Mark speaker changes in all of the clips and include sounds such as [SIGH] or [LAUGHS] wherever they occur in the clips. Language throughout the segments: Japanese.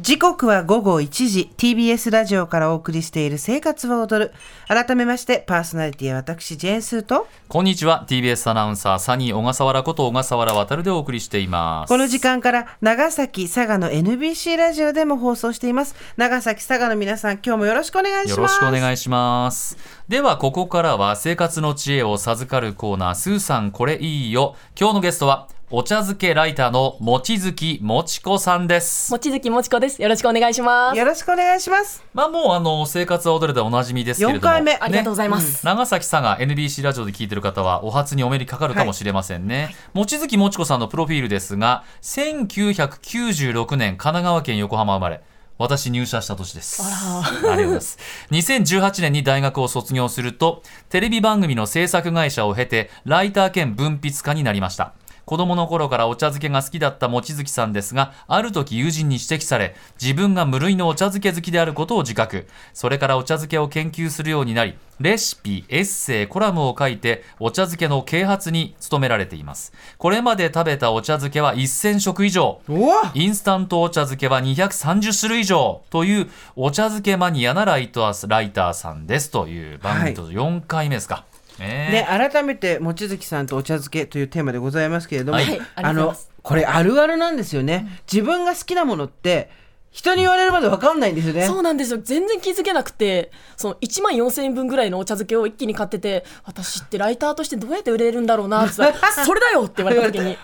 Speaker 1: 時刻は午後1時 TBS ラジオからお送りしている「生活は踊る」改めましてパーソナリティは私ジェーンスーと
Speaker 2: こんにちは TBS アナウンサーサニー小笠原こと小笠原渉でお送りしています
Speaker 1: この時間から長崎佐賀の NBC ラジオでも放送しています長崎佐賀の皆さん今日もよろしくお願いします
Speaker 2: よろしくお願いしますではここからは生活の知恵を授かるコーナースーさんこれいいよ今日のゲストはお茶漬けライターの望月もちこさんです
Speaker 3: もちづきもちこです。よろしくお願いします。
Speaker 1: よろしくお願いします
Speaker 2: まあもうあの生活は踊れでおなじみですけれども
Speaker 1: 四回目
Speaker 3: ありがとうございます。
Speaker 2: 長崎さんが NBC ラジオで聞いてる方はお初にお目にかかるかもしれませんね、望月もちこさんのプロフィールですが1996年神奈川県横浜生まれ私入社した年ですありがとうございます2018年に大学を卒業するとテレビ番組の制作会社を経てライター兼文筆家になりました子供の頃からお茶漬けが好きだった望月さんですがある時友人に指摘され自分が無類のお茶漬け好きであることを自覚それからお茶漬けを研究するようになりレシピエッセイコラムを書いてお茶漬けの啓発に努められていますこれまで食べたお茶漬けは1000食以上
Speaker 1: おお
Speaker 2: インスタントお茶漬けは230種類以上というお茶漬けマニアなライターライターさんですという番組と4回目ですか、ねえ
Speaker 1: ね、改めて望月さんとお茶漬けというテーマでございますけれども、
Speaker 2: はい
Speaker 3: はいあり
Speaker 1: あ
Speaker 3: がとうござい
Speaker 1: の
Speaker 3: ます
Speaker 1: これあるあるなんですよね、自分が好きなものって人に言われるまで分かんないんですよね
Speaker 3: そうなんですよ。全然気づけなくて、その1万4000円分ぐらいのお茶漬けを一気に買ってて、私ってライターとしてどうやって売れるんだろうなって言
Speaker 1: [LAUGHS]
Speaker 3: ったらそれだよって言われた時に、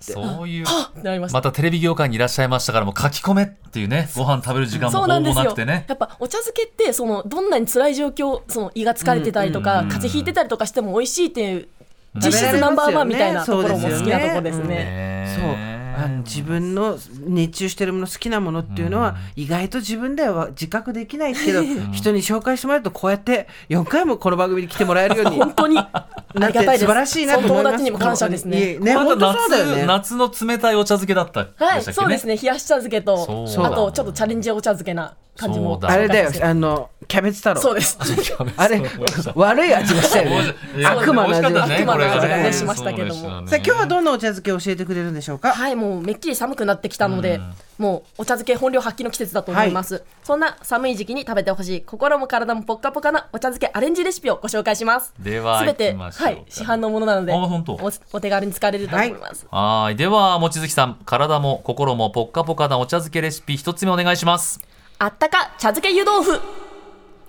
Speaker 2: そういう
Speaker 3: あってなりました。
Speaker 2: またテレビ業界にいらっしゃいましたからもう書き込めっていうねご飯食べる時間も
Speaker 3: そう
Speaker 2: ほ
Speaker 3: なんで
Speaker 2: ぼ
Speaker 3: す
Speaker 2: な
Speaker 3: よ
Speaker 2: く。てね
Speaker 3: やっぱお茶漬けってそのどんなに辛い状況、その胃が疲れてたりと
Speaker 2: う
Speaker 3: か、
Speaker 2: ん
Speaker 3: 風邪ひいてたりとかしても美味しいっていう実
Speaker 1: 食べられますよ
Speaker 3: 質
Speaker 1: ね
Speaker 3: ナンバーワンみたいなところも好きなとこ
Speaker 1: そ
Speaker 3: ろです
Speaker 1: うですよ
Speaker 3: ね。
Speaker 2: ね
Speaker 1: そうあの自分の熱中してるもの好きなものっていうのは意外と自分では自覚できないけ
Speaker 2: [LAUGHS]
Speaker 1: ど人に紹介してもらうとこうやって4回もこの番組に来てもらえるように
Speaker 3: 本当にあり
Speaker 1: な
Speaker 3: が
Speaker 1: って
Speaker 3: たいです。
Speaker 1: 素晴らしいなと
Speaker 3: そ
Speaker 1: 思
Speaker 3: の
Speaker 1: います
Speaker 3: 友達にも感謝です
Speaker 1: い
Speaker 3: ね
Speaker 1: え。ね
Speaker 2: ま
Speaker 1: 本当
Speaker 2: た
Speaker 1: そうだよ
Speaker 2: 夏
Speaker 1: ね
Speaker 2: 夏の冷たいお茶漬けだった
Speaker 3: は
Speaker 2: で
Speaker 3: い、
Speaker 2: したっ
Speaker 3: そう
Speaker 2: け
Speaker 3: です
Speaker 2: ね
Speaker 3: ね。冷やし茶漬けと
Speaker 2: そう、だ
Speaker 3: あとちょっとチャレンジお茶漬けな感じも。
Speaker 2: そうだ
Speaker 1: あれだよ
Speaker 3: そうです
Speaker 1: あのキャベツ太郎
Speaker 3: そ
Speaker 2: [LAUGHS]
Speaker 3: うです。
Speaker 1: あれ悪い味がしたよね
Speaker 2: いや
Speaker 1: 悪魔の
Speaker 2: 美味
Speaker 1: 味
Speaker 2: しか
Speaker 1: が
Speaker 2: ったね
Speaker 3: 悪魔の味がね
Speaker 2: これ
Speaker 3: しましたけども
Speaker 2: そうで
Speaker 1: さあ
Speaker 2: たね
Speaker 1: 今日はどんなお茶漬けを教えてくれるんでしょうか
Speaker 3: はい、もうめっきり寒くなってきたので、もうお茶漬け本領発揮の季節だと思います。そんな寒い時期に食べてほしい、心も体もポッカポカなお茶漬けアレンジレシピをご紹介します。
Speaker 2: では
Speaker 3: すべて、
Speaker 2: 行きましょう
Speaker 3: は
Speaker 2: か
Speaker 3: い、市販のものなので、
Speaker 2: あ本当
Speaker 3: おお手軽に使われると思います。
Speaker 2: はいでは望月さん体も心もポッカポカなお茶漬けレシピ一つ目お願いします
Speaker 3: あったか茶漬け湯豆腐。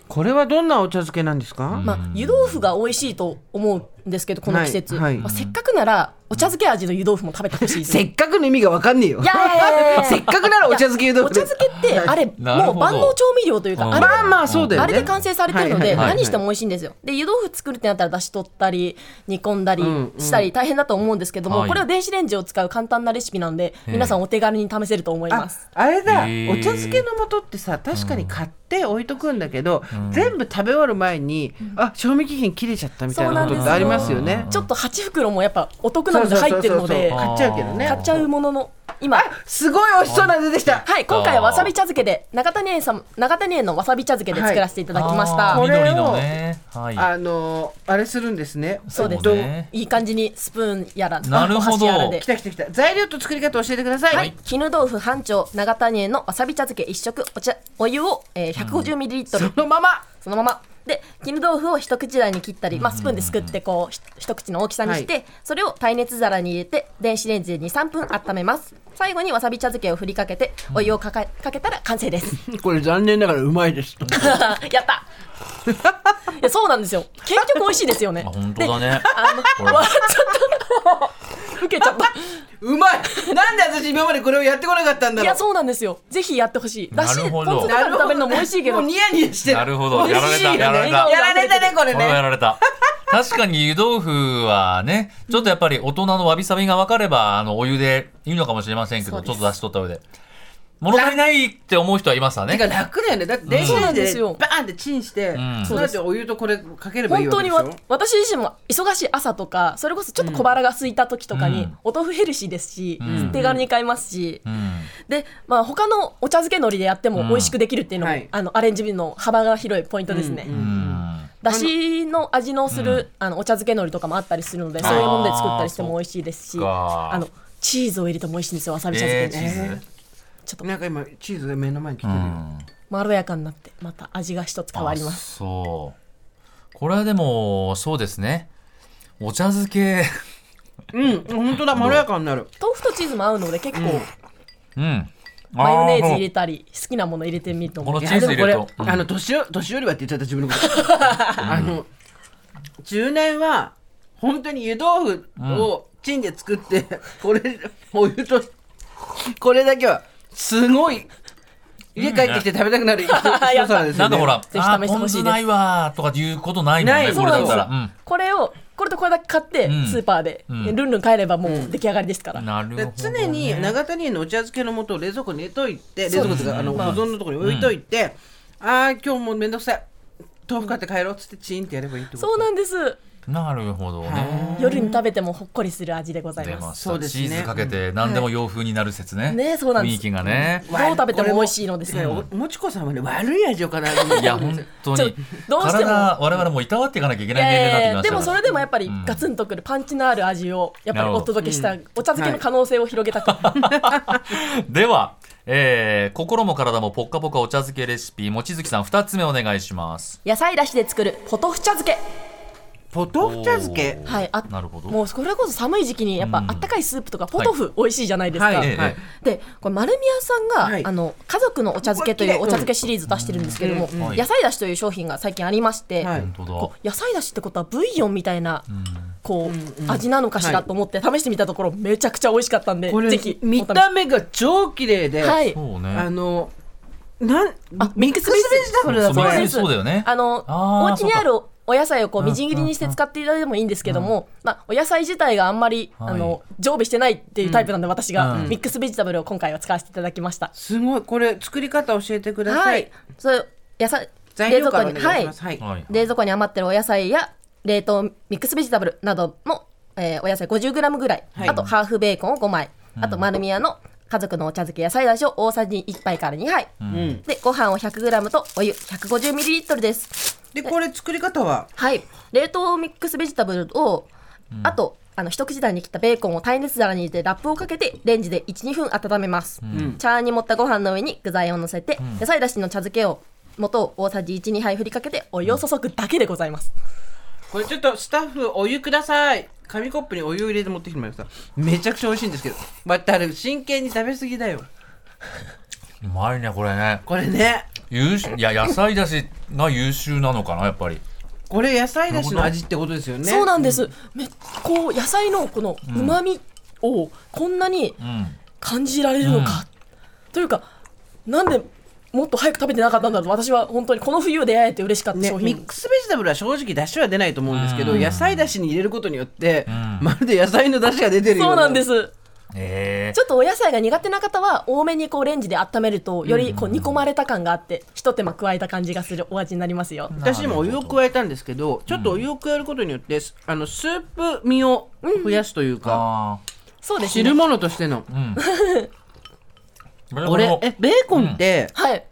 Speaker 1: これはどんなお茶漬けなんですか
Speaker 3: まあ、湯豆腐が美味しいと思うんですけど、この季節。
Speaker 1: はいはい
Speaker 3: まあ、せっかくなら、お茶漬け味の湯豆腐も食べてほしいです
Speaker 1: せ
Speaker 3: ね
Speaker 1: っかくの意味がわかんねえよ
Speaker 3: いやいやいや
Speaker 1: せっかくならお茶漬け湯豆
Speaker 3: お
Speaker 1: 腐で
Speaker 3: 茶漬けってあれ
Speaker 2: なるほど
Speaker 3: もう万能調味料というか
Speaker 2: うん
Speaker 3: あれ
Speaker 1: まあまあそうだよね
Speaker 3: あれで完成されてるの
Speaker 1: はい
Speaker 3: で
Speaker 1: はいはい
Speaker 3: 何しても美味しいんですよで湯豆腐作るってなったら出汁取ったり煮込んだり
Speaker 1: んうん
Speaker 3: したり大変だと思うんですけど
Speaker 2: は
Speaker 3: も
Speaker 2: い
Speaker 3: これを電子レンジを使う簡単なレシピなんで
Speaker 2: え
Speaker 3: 皆さんお手軽に試せると思いま
Speaker 1: あ
Speaker 3: す
Speaker 1: あれだ、
Speaker 2: へー
Speaker 1: お茶漬けの素ってさ確かに買って置いとくんだけど、全部食べ終わる前に、あ賞味期限切れちゃったみたいなことってありますよね
Speaker 3: ちょっと8袋もやっぱお得なので
Speaker 1: そうそう
Speaker 3: 入
Speaker 1: そうそう
Speaker 3: ってるので
Speaker 1: 買っちゃうけどね
Speaker 3: 買っちゃうものの今
Speaker 1: すごい美味しそうなの出てきた
Speaker 3: はい今回はわさび茶漬けで中谷園さん中谷園のわさび茶漬けで作らせていただきまし
Speaker 2: あ
Speaker 3: た、
Speaker 2: ー
Speaker 1: これを
Speaker 2: 緑のねはい
Speaker 1: あのーあれするんですね
Speaker 3: そうです
Speaker 2: そうね
Speaker 3: いい感じにスプーンやら
Speaker 2: なるほど
Speaker 3: お箸やらで
Speaker 1: 来た来た来た材料と作り方教えてください、
Speaker 3: はい、絹豆腐半丁長谷園のわさび茶漬け一食お茶お湯を、えー、150ミリリットル、
Speaker 1: そのまま
Speaker 3: そのままで絹豆腐を一口大に切ったり、まあ、スプーンですくってこうひ一口の大きさにして、それを耐熱皿に入れて電子レンジで23分温めます最後にわさび茶漬けを振りかけてお湯をかかかけたら完成です [LAUGHS]
Speaker 1: これ残念ながらうまいです
Speaker 3: やったいやそうなんですよ結局美味しいですよね
Speaker 2: あ本当だね
Speaker 3: あの笑っちゃった受けちゃった
Speaker 1: うまいなんで私今までこれをやってこなかったんだ
Speaker 3: い
Speaker 1: ろ
Speaker 3: や
Speaker 1: う
Speaker 3: そうなんですよぜひやってほしい
Speaker 2: な
Speaker 3: だ
Speaker 2: る
Speaker 3: し
Speaker 2: ほ
Speaker 3: ポン
Speaker 2: ど
Speaker 3: 酢とかで食べるのも美味しいけど
Speaker 1: もうニヤニヤしてる
Speaker 2: なるほど
Speaker 1: 美味しいよね
Speaker 2: やられた
Speaker 1: やられたねこれ
Speaker 2: これはや
Speaker 1: ね
Speaker 2: られた。確かに湯豆腐はね、ちょっとやっぱり大人のわびさびが分かれば、あの、お湯でいいのかもしれませんけ
Speaker 3: そ
Speaker 2: ど、
Speaker 3: う
Speaker 2: ち
Speaker 3: で
Speaker 2: ょっと出し
Speaker 3: す
Speaker 2: とった上で。物足りないって思う人はいますわ
Speaker 1: てか
Speaker 2: ね。
Speaker 1: 楽だよねだって電子
Speaker 3: そう
Speaker 1: レ
Speaker 3: な
Speaker 1: ン
Speaker 3: ん
Speaker 1: ジ
Speaker 3: です
Speaker 1: でバ
Speaker 3: よ
Speaker 1: ーンってチンして、
Speaker 2: ん
Speaker 1: そうなってお湯とこれかければいいわ
Speaker 3: 本当
Speaker 1: けで
Speaker 3: に
Speaker 1: しょ
Speaker 3: わ私自身も忙しい朝とかそれこそちょっと小腹が空いた時とか
Speaker 2: う
Speaker 3: に
Speaker 2: ん
Speaker 3: お豆腐ヘルシーですし、
Speaker 2: うん
Speaker 3: 手軽に買えますし、
Speaker 2: うん。
Speaker 3: で、まあ、他のお茶漬け海苔でやっても美味しくできるっていうのも、
Speaker 1: うんはい
Speaker 3: あのアレンジの幅が広いポイントですね、
Speaker 1: うんう
Speaker 2: うんん。
Speaker 3: だしの味のする、あのお茶漬け海苔とかもあったりするのでそういうもので作ったりしても美味しいです
Speaker 2: あーそ
Speaker 3: し
Speaker 2: っか
Speaker 3: あのチーズを入れても美味しいんですよわさび茶漬
Speaker 2: えー、
Speaker 3: け
Speaker 2: チ
Speaker 3: に、
Speaker 2: ーズ。
Speaker 3: ちょっと
Speaker 1: なんか今チーズが目の前に来て
Speaker 2: う
Speaker 1: るよ、
Speaker 2: ん
Speaker 3: まろやかになってまた味が一つ変わります
Speaker 2: あそうこれはでもそうですねお茶漬け [LAUGHS]
Speaker 1: うん、本当だ、まろやかになる。
Speaker 3: 豆腐とチーズも合うので結構
Speaker 2: うん
Speaker 3: マヨネーズ入れ
Speaker 2: て
Speaker 3: たり好きなもの入れてみると
Speaker 2: こ
Speaker 3: 思う
Speaker 2: の
Speaker 1: い
Speaker 2: チ
Speaker 1: や、
Speaker 2: ーズ
Speaker 1: でも
Speaker 2: 入
Speaker 1: こ
Speaker 2: れ
Speaker 1: れ
Speaker 2: ると、うん
Speaker 1: あの、年よ、年寄りはって言っちゃった、自分のこと。あの、中年は、本当に湯豆腐をチンで作って、これ、お湯と、これだけは、すごい、家帰ってきて食べたくなる一
Speaker 3: やっぱ
Speaker 1: 一皿ですよね。
Speaker 2: なんかほら、
Speaker 3: ぜひ試
Speaker 2: あー
Speaker 3: して
Speaker 2: ポ
Speaker 3: ほ
Speaker 2: ン
Speaker 3: しいです
Speaker 2: 酢ないわーとかっていうことないもん
Speaker 1: な
Speaker 2: ね、
Speaker 1: い
Speaker 2: これだったら。
Speaker 1: そう
Speaker 2: う
Speaker 3: これをこれとこれだけ買って
Speaker 2: うん
Speaker 3: スーパーで
Speaker 2: うん
Speaker 3: ルンルン買えればもう出来上がりですから
Speaker 2: ん。なるほど、
Speaker 1: で
Speaker 2: ね。
Speaker 1: 常に長谷園のお茶漬けの素を冷蔵庫に入れといて冷蔵庫とかあの保存のところに置いといて、ああ今日もうめんどくさい豆腐買って帰ろうっつってチンってやればいいってこと
Speaker 3: そうなんです
Speaker 2: なるほどね。
Speaker 3: 夜に食べてもほっこりする味でござい
Speaker 2: 出
Speaker 3: ま
Speaker 2: ますし
Speaker 1: そう
Speaker 2: た。
Speaker 1: です
Speaker 2: チ
Speaker 1: ね
Speaker 2: ーズかけて何でも洋風になる説ね。
Speaker 3: ねそうなんです
Speaker 2: 雰囲気がね。
Speaker 3: どう食べても美味しいのです
Speaker 1: ね
Speaker 3: よ
Speaker 1: おもちこさんはね悪い味をかなと思って [LAUGHS]
Speaker 2: いや、本当
Speaker 3: ちょ
Speaker 2: に。
Speaker 3: どうしても
Speaker 2: 体、我々もういたわっていかなきゃいけない年齢になって
Speaker 3: で
Speaker 2: きま
Speaker 3: も
Speaker 2: した
Speaker 3: そ
Speaker 2: か
Speaker 3: れでもやっぱりガツンとくるパンチのある味をやっぱりお届けしたお茶漬けの可能性を広げたく
Speaker 2: ら。では、えー心も体もぽっかぽかお茶漬けレシピ、望月さん2つ目お願いします。
Speaker 3: 野菜だしで作るポトフ茶漬け
Speaker 1: ポトフ茶漬け
Speaker 2: おー
Speaker 3: はいあ
Speaker 2: なるほど。
Speaker 3: もうそれこそ寒い時期にやっぱあったかいスープとかポトフ美味しいじゃないです
Speaker 1: はい
Speaker 3: か
Speaker 1: は
Speaker 2: ええ
Speaker 1: い
Speaker 3: でこれ丸宮さんが、
Speaker 1: はい
Speaker 3: あの家族のお茶漬けという
Speaker 1: うわ綺麗
Speaker 3: お茶漬けシリーズ出してるんですけども、
Speaker 2: うんうん
Speaker 3: 野菜だしという商品が最近ありまして、
Speaker 1: はい
Speaker 2: 本当だ。
Speaker 3: こう野菜だしってことはブイヨンみたいな、こ
Speaker 1: う
Speaker 3: う、
Speaker 1: ん
Speaker 3: 味なのかし
Speaker 1: は
Speaker 3: ら
Speaker 1: い
Speaker 3: と思って試してみたところめちゃくちゃ美味しかったんで、
Speaker 1: こ
Speaker 3: ぜ
Speaker 1: れ
Speaker 3: ひ
Speaker 1: 見た目が超綺麗で、
Speaker 3: お試しはい
Speaker 2: そう
Speaker 1: あ
Speaker 2: ね。
Speaker 1: のなん
Speaker 3: あ
Speaker 1: ミックスベジタブルだ
Speaker 2: そう
Speaker 1: こ
Speaker 2: そう
Speaker 1: れ
Speaker 2: そうだよね。
Speaker 3: あの
Speaker 2: あー
Speaker 3: お家にあるお野菜をこう
Speaker 2: うん
Speaker 3: みじん切りにして使っていただいてもいいんですけども、まあ、お野菜自体があんまり、
Speaker 2: はい
Speaker 3: あの常備してないっていうタイプなんで私が、
Speaker 2: うん
Speaker 3: ミックスベジタブルを今回は使わせていただきました。
Speaker 1: すごいこれ作り方教えてください、
Speaker 3: はい、そう野菜
Speaker 1: 材料からお
Speaker 3: 冷蔵庫に
Speaker 1: 願いしますはい、
Speaker 2: はい
Speaker 3: 冷蔵庫に余ってるお野菜や冷凍ミックスベジタブルなどの、えーお野菜 50g ぐらい、
Speaker 1: はい
Speaker 3: あとハーフベーコンを5枚、あと丸宮の家族のお茶漬け野菜だしを大さじ1杯から2杯、
Speaker 1: うん、
Speaker 3: でご飯を 100g とお湯 150ml です
Speaker 1: でこれ作り方は
Speaker 3: はい冷凍ミックスベジタブルを、あとあの一口大に切ったベーコンを耐熱皿に入れてラップをかけてレンジで12分温めます、
Speaker 1: ん
Speaker 3: 茶に盛ったご飯の上に具材を乗せて、野菜だしの茶漬けを元を大さじ12杯振りかけてお湯を注ぐだけでございます、
Speaker 1: これちょっとスタッフお湯ください紙コップにお湯を入れて持ってきてもらいましためちゃくちゃ美味しいんですけどまたあれ真剣に食べ過ぎだよ
Speaker 2: うまいね、これね。
Speaker 1: これね
Speaker 2: 優秀いや、野菜だしが優秀なのかな、やっぱり。
Speaker 1: これ野菜だしの味ってことですよね
Speaker 3: そうなんです、めこう野菜のこのうまみをこんなに
Speaker 2: うん。
Speaker 3: 感じられるのか、というかなんでもっと早く食べてなかったんだろう私は本当にこの冬出会えて嬉しかった
Speaker 1: ね、
Speaker 3: 商
Speaker 1: ミ
Speaker 3: 品、
Speaker 1: ックスベジタブルは正直出汁は出ないと思うんですけど、
Speaker 2: うん
Speaker 1: 野菜出汁に入れることによって、
Speaker 2: ん
Speaker 1: まるで野菜の出汁が出てるよ
Speaker 3: そうなんですす
Speaker 2: ええ
Speaker 3: ちょっとお野菜が苦手な方は多めにこうレンジで温めるとよりこう煮込まれた感があってひと手間加えた感じがするお味になりますよ、
Speaker 1: 私今お湯を加えたんですけどちょっとお湯を加えることによって、あのスープ味を増やすというか、
Speaker 2: あ
Speaker 3: そうです
Speaker 1: 汁
Speaker 3: ね
Speaker 1: 物としての、
Speaker 2: あ。
Speaker 1: これえベーコンって
Speaker 3: はい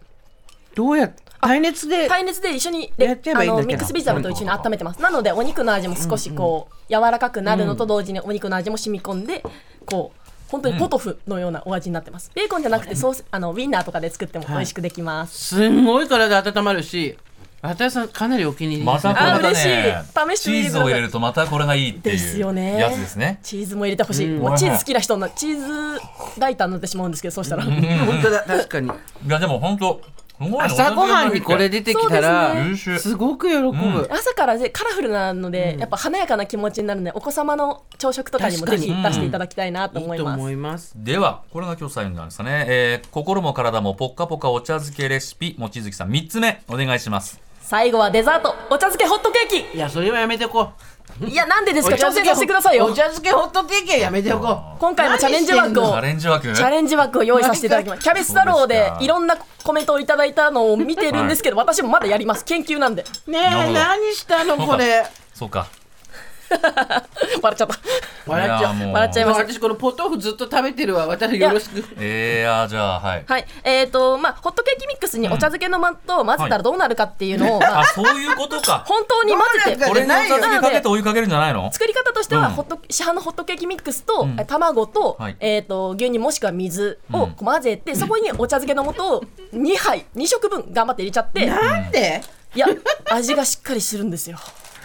Speaker 1: どうやっ耐熱で
Speaker 3: 耐熱で一緒に
Speaker 1: や
Speaker 3: で
Speaker 1: っちゃえば
Speaker 3: あ
Speaker 1: いいんだけ
Speaker 3: の
Speaker 1: ど
Speaker 3: ミックスビジタブルと一緒に温めてますなのでお肉の味も少しこう柔らかくなるのと同時にお肉の味も染み込んでこう本当にポトフのようなお味になってますベーコンじゃなくてソースあのウィンナーとかで作っても美味しくできます、
Speaker 1: すんごい体温まるし渡辺さんかなりお気に入りで
Speaker 2: ますた
Speaker 1: ね
Speaker 2: これ
Speaker 3: あ
Speaker 2: また
Speaker 3: 嬉しい
Speaker 2: ね
Speaker 3: 試してみて
Speaker 2: チー
Speaker 3: ください
Speaker 2: ズを入れるとまたこれがいいって
Speaker 3: です
Speaker 2: い
Speaker 3: よ
Speaker 2: う
Speaker 3: ね
Speaker 2: やつですね。
Speaker 3: チーズも入れてほしい、もうチーズ好きな人のチーズライターになってしまうんですけどそうしたら、
Speaker 1: 本当だ確かに
Speaker 2: いやでも本当すごいね
Speaker 1: 朝ごはんにこれ出てきた
Speaker 3: そう
Speaker 1: ら
Speaker 2: 優秀。
Speaker 1: すごく喜ぶ、
Speaker 2: ん
Speaker 3: 朝からでカラフルなので、やっぱ華やかな気持ちになるのでお子様の朝食とかにもぜひ
Speaker 1: 確
Speaker 2: か
Speaker 3: 出
Speaker 2: に
Speaker 3: していただきたいなと
Speaker 1: い
Speaker 3: 思
Speaker 1: い
Speaker 3: い
Speaker 1: と
Speaker 3: ます、
Speaker 1: 思います
Speaker 2: ではこれが今日最後になるんですかね、えー心も体もぽっかぽかお茶漬けレシピ望月さん3つ目お願いします
Speaker 3: 最後はデザートお茶漬けホットケー
Speaker 1: いやそれはやめてこう
Speaker 3: キいやなんでですか
Speaker 1: お茶
Speaker 3: 挑
Speaker 1: 漬
Speaker 3: 戦
Speaker 1: け
Speaker 3: させてくださいよ
Speaker 1: お茶漬けホットケーキはやめておこう
Speaker 3: 今回もチャレンジ
Speaker 1: 何してん
Speaker 3: 枠
Speaker 1: の
Speaker 2: チ
Speaker 3: を
Speaker 2: ャレンジ枠
Speaker 3: チャレンジ枠を用意させていただきます。キャベツ太郎でいろんなコメントをいただいたのを見てるんですけど、私もまだやります。研究なんで。
Speaker 1: ね
Speaker 2: [LAUGHS] なるほ
Speaker 1: え
Speaker 2: ど
Speaker 1: 何したのこれ
Speaker 2: そうか
Speaker 3: [LAUGHS] 笑っちゃった。
Speaker 1: 笑っちゃう
Speaker 2: いやもう
Speaker 3: 笑っちゃいました
Speaker 1: 私このポトフずっと食べてるわ私よろしく
Speaker 2: えー、あーじゃあ
Speaker 3: [LAUGHS]
Speaker 2: はい。
Speaker 3: はい、えっ、と、まあ、ホットケーキミックスにお茶漬けの素を混ぜたらどうなるかっていうのを、まあ
Speaker 2: あそういうことか。
Speaker 3: 本当に混
Speaker 1: どうな
Speaker 3: ぜ
Speaker 1: る
Speaker 3: て。
Speaker 1: か
Speaker 2: これにお茶漬けかけてお湯かけるんじゃないの？
Speaker 3: 作り方としては、
Speaker 2: うん
Speaker 3: ホット市販のホットケーキミックスと、
Speaker 2: ん
Speaker 3: え卵と,、
Speaker 2: はい
Speaker 3: えー、と牛乳もしくは水
Speaker 2: う
Speaker 3: を
Speaker 2: ん
Speaker 3: 混ぜて、そこにお茶漬けの素を2杯2食分頑張って入れちゃって
Speaker 1: なんで
Speaker 3: いや味がしっかりしてるんですよ。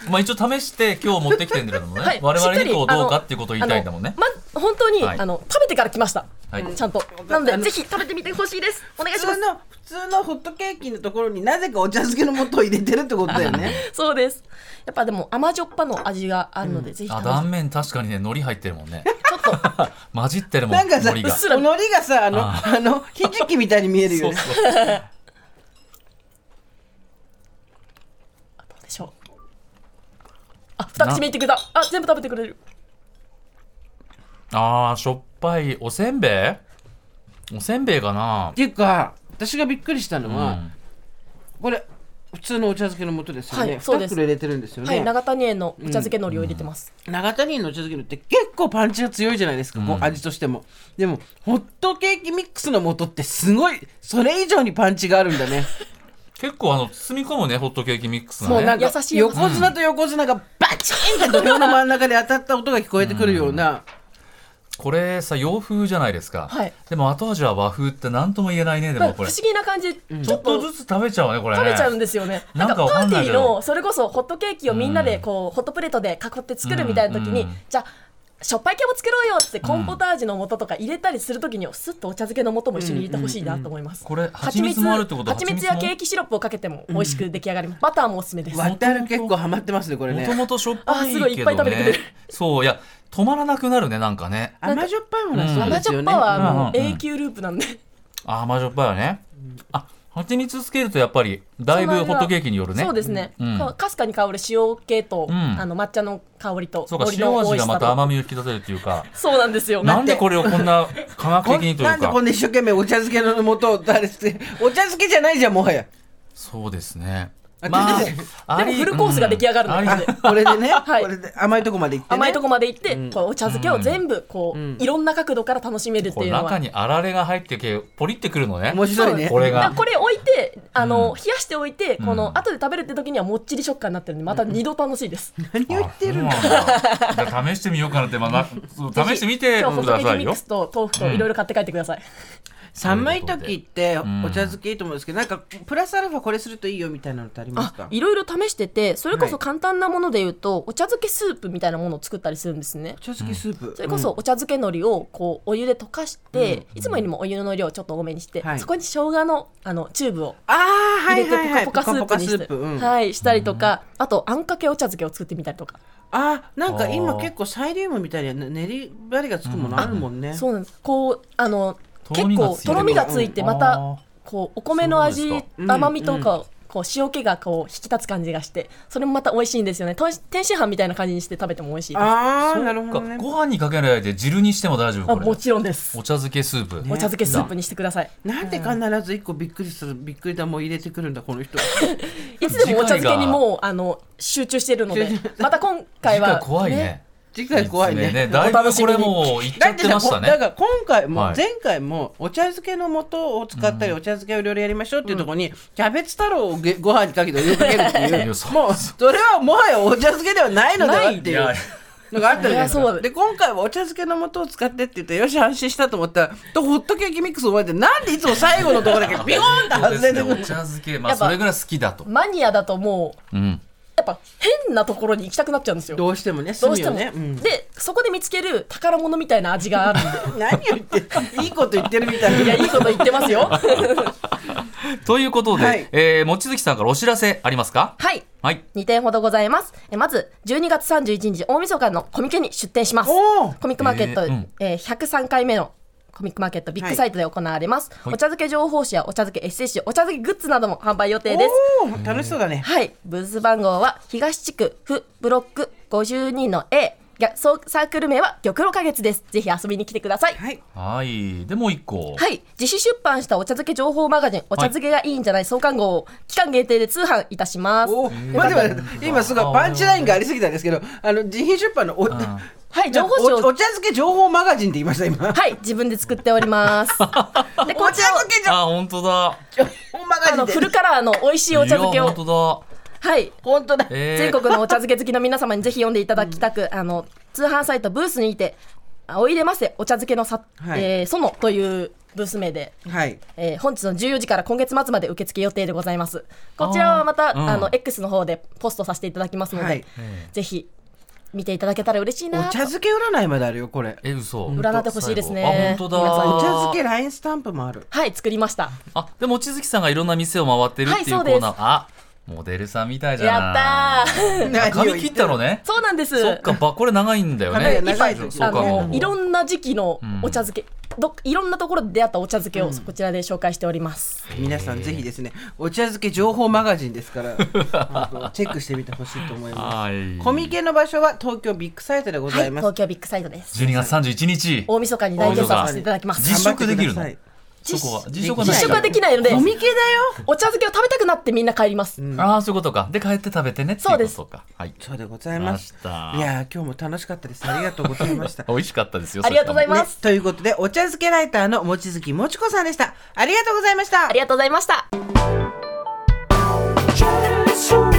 Speaker 2: まあ一応試して今日持ってきてんだけどもね。
Speaker 3: はい、
Speaker 2: 我
Speaker 3: しっ
Speaker 2: 々
Speaker 3: か
Speaker 2: に
Speaker 3: り
Speaker 2: こうどうか
Speaker 3: あ
Speaker 2: っ
Speaker 3: の
Speaker 2: ていうことを言いたいんだもんね
Speaker 3: あ。のま本当に、
Speaker 2: はい
Speaker 3: あの食べてから来ました。
Speaker 2: はい。
Speaker 3: ちゃんと。なのでぜひ食べてみてほしいです。お願い
Speaker 1: 普
Speaker 3: しま
Speaker 1: 通
Speaker 3: す。
Speaker 1: の普通のホットケーキのところになぜかお茶漬けの素を入れてるってことだよね
Speaker 2: [LAUGHS]
Speaker 3: そうです。やっぱでも甘じょっぱの味があるので、ぜひ
Speaker 2: あ
Speaker 3: 食べて
Speaker 2: 断面確かにね海苔入ってるもんね。
Speaker 3: ちょっと
Speaker 2: 混じってるもん
Speaker 1: なんか
Speaker 2: 海
Speaker 1: さ
Speaker 2: 苔
Speaker 1: 海
Speaker 2: が。
Speaker 3: うっ
Speaker 2: そ
Speaker 3: すら
Speaker 1: 苔がさあの
Speaker 2: あ
Speaker 1: あのひじきみたいに見えるよ
Speaker 2: う
Speaker 1: ね
Speaker 2: そう。
Speaker 3: どうでしょう。あ、二口目いってくれた。あ、全部食べてくれる。
Speaker 2: ああしょっぱいおせんべい？おせんべいかな
Speaker 1: っ。ていうか私がびっくりしたのは、
Speaker 2: うん
Speaker 1: これ普通のお茶漬けの素ですよね、
Speaker 3: はい
Speaker 1: 二
Speaker 3: そう
Speaker 1: 2
Speaker 3: です
Speaker 1: 袋入れてるんですよね、
Speaker 3: はい、長谷園のお茶漬けのりを入れてます。
Speaker 1: 長谷のお茶漬けのって結構パンチが強いじゃないですか、こ
Speaker 2: う
Speaker 1: うん味としてもでもホットケーキミックスの素ってすごいそれ以上にパンチがあるんだね
Speaker 2: 結構あの包み込むねホットケーキミックスがね。
Speaker 1: もうなんか
Speaker 3: 優しい
Speaker 1: 横綱と横綱がバチンって土俵の真ん中で当たった音が聞こえてくるような、
Speaker 2: これさ洋風じゃないですか、
Speaker 3: はい
Speaker 2: でも後味は和風って何とも言えないねで
Speaker 3: なん
Speaker 2: もこ
Speaker 3: か不
Speaker 2: れ
Speaker 3: 思
Speaker 2: ち
Speaker 3: 議な感じ、ちょ
Speaker 2: ょ
Speaker 3: っ
Speaker 2: っと
Speaker 3: と
Speaker 2: ず
Speaker 3: 食
Speaker 2: つ食べちゃうねこれね
Speaker 3: べちゃうんですよ。ね。
Speaker 2: な
Speaker 3: な
Speaker 2: か
Speaker 3: んんか
Speaker 2: わ
Speaker 3: パ
Speaker 2: かん
Speaker 3: ーテ
Speaker 2: ない
Speaker 3: ィ
Speaker 2: け
Speaker 3: ー
Speaker 2: ど
Speaker 3: のそれこそホットケーキをみんなでこう、ホットプレートで囲って作るみたいな時に、
Speaker 2: うんうん
Speaker 3: じゃあしょっぱい系も作ろうよっつってコンポタージュの素とか入れたりする時にスッとお茶漬けの素も一緒に入れてほしいなと思います。
Speaker 2: これ蜂蜜もあるってことは
Speaker 3: 蜂蜜や
Speaker 2: 蜂
Speaker 3: ケ
Speaker 2: 蜜
Speaker 3: ーキシロップをかけても美味しく出来上がります。バターもおすすめです。
Speaker 1: 割ってある結構ハマってますねこれ
Speaker 2: もと
Speaker 1: ね
Speaker 2: もとしょっぱい
Speaker 3: あ
Speaker 2: け
Speaker 3: す
Speaker 2: ど
Speaker 3: ご
Speaker 2: ね
Speaker 3: いいっぱい食べてくれる
Speaker 2: そういや止まらなくなるねなんかね
Speaker 1: 甘じょっぱいものはそう
Speaker 3: 甘
Speaker 1: で
Speaker 3: じ
Speaker 1: す
Speaker 3: ょ
Speaker 1: よ
Speaker 3: っ
Speaker 1: ね、
Speaker 3: ぱはもう
Speaker 2: うんうんうん
Speaker 3: 永久ループなんで、
Speaker 2: あ甘じょっぱいよね、あ蜂蜜つけるとやっぱりだいぶホットケーキによるね
Speaker 3: そうですね、
Speaker 2: うん
Speaker 3: かかすかに香る塩気と、
Speaker 2: うん
Speaker 3: あの抹茶の香りと
Speaker 2: そうか
Speaker 3: 海苔
Speaker 2: 塩
Speaker 3: の
Speaker 2: 味
Speaker 3: 美味
Speaker 2: が
Speaker 3: しさ
Speaker 2: ま
Speaker 3: と
Speaker 2: た甘みを引き出せるっていうか
Speaker 3: そうなん [LAUGHS] ですよ
Speaker 2: なんでこれをこんな科学
Speaker 1: こ
Speaker 2: 的
Speaker 1: ん
Speaker 2: にとい
Speaker 1: な
Speaker 2: うん
Speaker 1: で
Speaker 2: か
Speaker 1: こんな一生懸命お茶漬けの素を誰してお茶漬けじゃないじゃんもはや
Speaker 2: そうですね
Speaker 1: あ
Speaker 2: ま
Speaker 1: でも
Speaker 2: あ
Speaker 3: でもフルコースが出来上がるの
Speaker 2: うんあり
Speaker 3: で
Speaker 1: これでね、
Speaker 3: はい
Speaker 1: これで甘いとこまで行って、ね、
Speaker 3: 甘いとこまで行って、
Speaker 1: ん
Speaker 3: こうお茶漬けを全部こう、いろんな角度から楽しめるって
Speaker 2: こ
Speaker 3: い
Speaker 2: れ
Speaker 3: うの
Speaker 2: 中
Speaker 3: は。
Speaker 2: にあられが入ってけポリってくるのね
Speaker 1: 面白いね
Speaker 2: これが
Speaker 3: だからこれ置いてあの、
Speaker 2: うん
Speaker 3: 冷やしておいてこ
Speaker 2: う
Speaker 3: の
Speaker 2: ん
Speaker 3: 後で食べるって時にはもっちり食感になってるんでまた二度楽しいです、
Speaker 1: 何を言ってるの
Speaker 2: あそうなんだじゃあ試してみようかなって、まあ、な試してみて
Speaker 3: 今日ホ
Speaker 2: く
Speaker 3: ット
Speaker 2: だ
Speaker 3: ケー
Speaker 2: さい
Speaker 3: キミッ
Speaker 2: よ
Speaker 3: クス。と豆腐といろいろ買って帰ってください、
Speaker 1: 寒い時ってお
Speaker 2: ん
Speaker 1: 茶漬けいいと思うんですけど、なんかプラスアルファこれするといいよみたいなのってあります
Speaker 3: あ
Speaker 1: か
Speaker 3: いろいろ試しててそれこ
Speaker 1: は
Speaker 3: そ
Speaker 1: い
Speaker 3: 簡単なもので言うと、お茶漬けスープみたいなものを作ったりするんですね
Speaker 1: お茶漬けスープ、
Speaker 3: それこそお茶漬け海苔をこうお湯で溶かして、いつもよりもお湯の量をちょっと多めにして、
Speaker 1: はい
Speaker 3: そこに生姜のあのチューブを
Speaker 1: ああ
Speaker 3: 入
Speaker 1: は
Speaker 3: れ
Speaker 1: い
Speaker 3: て
Speaker 1: はいはい
Speaker 3: ポカポカスープにして、
Speaker 1: うん
Speaker 3: はいしたりとか、あとあんかけお茶漬けを作ってみたりとか、
Speaker 1: あーなんか
Speaker 2: あ
Speaker 1: 今
Speaker 2: ー
Speaker 1: 結構サイリウムみたいにね練り張りがつくものあるもんね、
Speaker 3: そうなんですこうあの
Speaker 2: とろみ
Speaker 3: 結
Speaker 2: が
Speaker 3: 構
Speaker 2: ついてる
Speaker 3: とろみがついてま
Speaker 2: あー
Speaker 3: たこうお米の味
Speaker 2: そうです
Speaker 1: か
Speaker 3: 甘みとかをこう塩気がこう引き立つ感じがしてそれもまた美味しいんですよねと天津飯みたいな感じにして食べても美味しいですあ
Speaker 1: あ
Speaker 2: そ
Speaker 1: あ
Speaker 2: う
Speaker 1: なるほど
Speaker 2: か
Speaker 1: ね
Speaker 2: ご飯にかけないで汁にしても大丈夫これ。
Speaker 3: も
Speaker 2: お
Speaker 3: ちろんですお
Speaker 2: 茶漬けスープ。
Speaker 1: ね
Speaker 3: 茶漬けスープにしてください、
Speaker 1: なんで必ず一個びっくりするびっくり玉を入れてくるんだこの人
Speaker 3: いつでもお茶漬けにもうあの集中してる [LAUGHS] ので
Speaker 1: 集中
Speaker 3: また今回
Speaker 2: 次
Speaker 3: は
Speaker 2: 回怖いね。
Speaker 1: 次回怖いね
Speaker 2: ですだいぶこれもういっちゃ
Speaker 1: だ
Speaker 2: っ
Speaker 1: って
Speaker 2: て
Speaker 1: さ
Speaker 2: まし
Speaker 1: こ
Speaker 2: た
Speaker 1: だか
Speaker 2: ね。
Speaker 1: ら今回も
Speaker 2: はい
Speaker 1: 前回もお茶漬けの素を使ったりお茶漬けをいろいろやりましょうっていうところにキャベツ太郎をげご飯にかけてお湯かけるってい
Speaker 2: いうやそう
Speaker 1: もう [LAUGHS] それはもはやお茶漬けではないのではって
Speaker 2: い
Speaker 1: い
Speaker 2: や
Speaker 1: うのがあったじゃないです
Speaker 3: いやそ
Speaker 1: か
Speaker 3: う
Speaker 1: で今回はお茶漬けの素を使ってって言ってよし安心したと思ったらとホットケーキミックスを覚えてなんでいつも最後のところだ
Speaker 2: [LAUGHS]
Speaker 1: けビヨーンって
Speaker 2: そう
Speaker 1: 外
Speaker 2: です
Speaker 1: れ
Speaker 2: ね
Speaker 1: て
Speaker 2: お
Speaker 1: くる
Speaker 2: 茶漬けまあ
Speaker 3: やっぱ
Speaker 2: それぐらい好きだと。
Speaker 3: マニアだともう
Speaker 2: うん。
Speaker 3: やっぱ変なところに行きたくなっちゃうんですよ
Speaker 1: どうしてもね
Speaker 3: ど
Speaker 1: 炭を
Speaker 3: うしても、
Speaker 1: ね、うん
Speaker 3: でそこで見つける宝物みたいな味があるんで
Speaker 1: 何を言っていいこと言ってるみたいない
Speaker 3: やいいこと言ってま
Speaker 1: [LAUGHS]
Speaker 3: すよ
Speaker 2: ということで、
Speaker 1: はい
Speaker 2: えー望月さんからお知らせありますか。
Speaker 3: はい
Speaker 2: はい。
Speaker 3: 2点ほどございますえまず12月31日大晦日のコミケに出店します
Speaker 1: おー
Speaker 3: コミックマーケット、
Speaker 2: え
Speaker 3: え
Speaker 2: ーうん
Speaker 3: ー103回目のコミックマーケットビッグサイトで行われます、
Speaker 2: い
Speaker 3: お茶漬け情報誌やお茶漬けエッセイ誌お茶漬けグッズなども販売予定です
Speaker 1: おー楽しそうだね
Speaker 3: はい、ブース番号は東地区府ブロック52の A。ぎゃそうサークル名は玉露花月ですぜひ遊びに来てください
Speaker 1: はい
Speaker 2: はい。で、もう一個。
Speaker 3: はい自主出版したお茶漬け情報マガジン「お茶漬けがいいんじゃない」創刊号を期間限定で通販いたします
Speaker 1: お待って待って今すごいパンチラインがありすぎたんですけどあの自費出版のお,、
Speaker 2: ん
Speaker 3: はい情報誌
Speaker 1: おお
Speaker 3: を
Speaker 1: 茶漬け情報マガジンって言いました今、
Speaker 3: はい自分で作っておりますで
Speaker 1: お
Speaker 3: こ
Speaker 1: 茶
Speaker 3: ちらを
Speaker 1: 漬け
Speaker 2: あ、本当だ。
Speaker 1: 情報マ
Speaker 3: あ
Speaker 1: ガ
Speaker 3: の
Speaker 1: ジ
Speaker 3: フ
Speaker 1: ン
Speaker 3: ル
Speaker 1: で
Speaker 3: カラーの美味しいお茶漬
Speaker 2: い
Speaker 3: け
Speaker 2: や
Speaker 3: を
Speaker 2: 本当だ。
Speaker 3: はい
Speaker 1: 本当だ
Speaker 2: えー
Speaker 3: 全国のお茶漬け好きの皆様にぜひ読んでいただきたく、あの通販サイトブースにて「あおいれませお茶漬けのさ、
Speaker 1: はい
Speaker 3: えー、その」というブース名で、
Speaker 1: はい
Speaker 3: えー、本日の14時から今月末まで受付予定でございますこちらはまたあ、
Speaker 2: うん
Speaker 3: の X の方でポストさせていただきますので、
Speaker 1: はい
Speaker 3: ぜひ見ていただけたら嬉しい
Speaker 1: お
Speaker 3: なと
Speaker 1: 茶漬け占いまであるよこれ
Speaker 2: え、嘘。
Speaker 3: 占ってほしいですね
Speaker 2: あ、本当だ。
Speaker 3: 皆さん
Speaker 1: お茶漬けラインスタンプもある
Speaker 3: はい作りました
Speaker 2: あ、でも、ちづきさんがいろんな店を回ってるっていうコ
Speaker 3: はいそう
Speaker 2: ー
Speaker 3: です
Speaker 2: ナー。あ、モデルさんみたいじゃ
Speaker 3: や
Speaker 2: ん。
Speaker 3: ったー [LAUGHS]
Speaker 1: 何を言
Speaker 2: 髪切ったのね。
Speaker 3: そうなんです
Speaker 2: そっか、ば、これ長いんだよ
Speaker 1: 髪が
Speaker 2: ね。
Speaker 1: 長いです
Speaker 2: そう
Speaker 3: あ
Speaker 2: か
Speaker 3: の
Speaker 2: も。
Speaker 3: いろんな時期のお茶漬け、どいろんなところで出会ったお茶漬けをこちらで紹介しております、
Speaker 1: 皆さんぜひですねお茶漬け情報マガジンですから
Speaker 2: [LAUGHS]
Speaker 1: あのチェックしてみてほしいと思いま
Speaker 2: はい。
Speaker 1: すコミケの場所は東京ビッグサイトでご
Speaker 3: は
Speaker 1: ざ
Speaker 3: い
Speaker 1: います、
Speaker 3: 東京ビッグサイトです
Speaker 2: 12月31日。
Speaker 3: 大晦日に大決算させていただきます
Speaker 2: 実食できるの
Speaker 1: 頑張ってくだ
Speaker 2: そこは
Speaker 1: 実
Speaker 2: 実食は
Speaker 3: 実
Speaker 2: ない
Speaker 3: 食はできないので
Speaker 1: コミケだよ
Speaker 3: お茶漬けを食べたくなってみんな帰ります、
Speaker 2: ああ、そういうことか。で、帰って食べてねっていうことか。はい。
Speaker 1: そうでございまし
Speaker 2: ました
Speaker 1: たいやー今日も楽しかったですありがとうございました
Speaker 2: 美味しかったですよ。
Speaker 3: ありがとうございま
Speaker 1: ね
Speaker 3: す、
Speaker 1: ということでお茶漬けライターの望月もちこさんでしたありがとうございました
Speaker 3: ありがとうございました
Speaker 4: Generation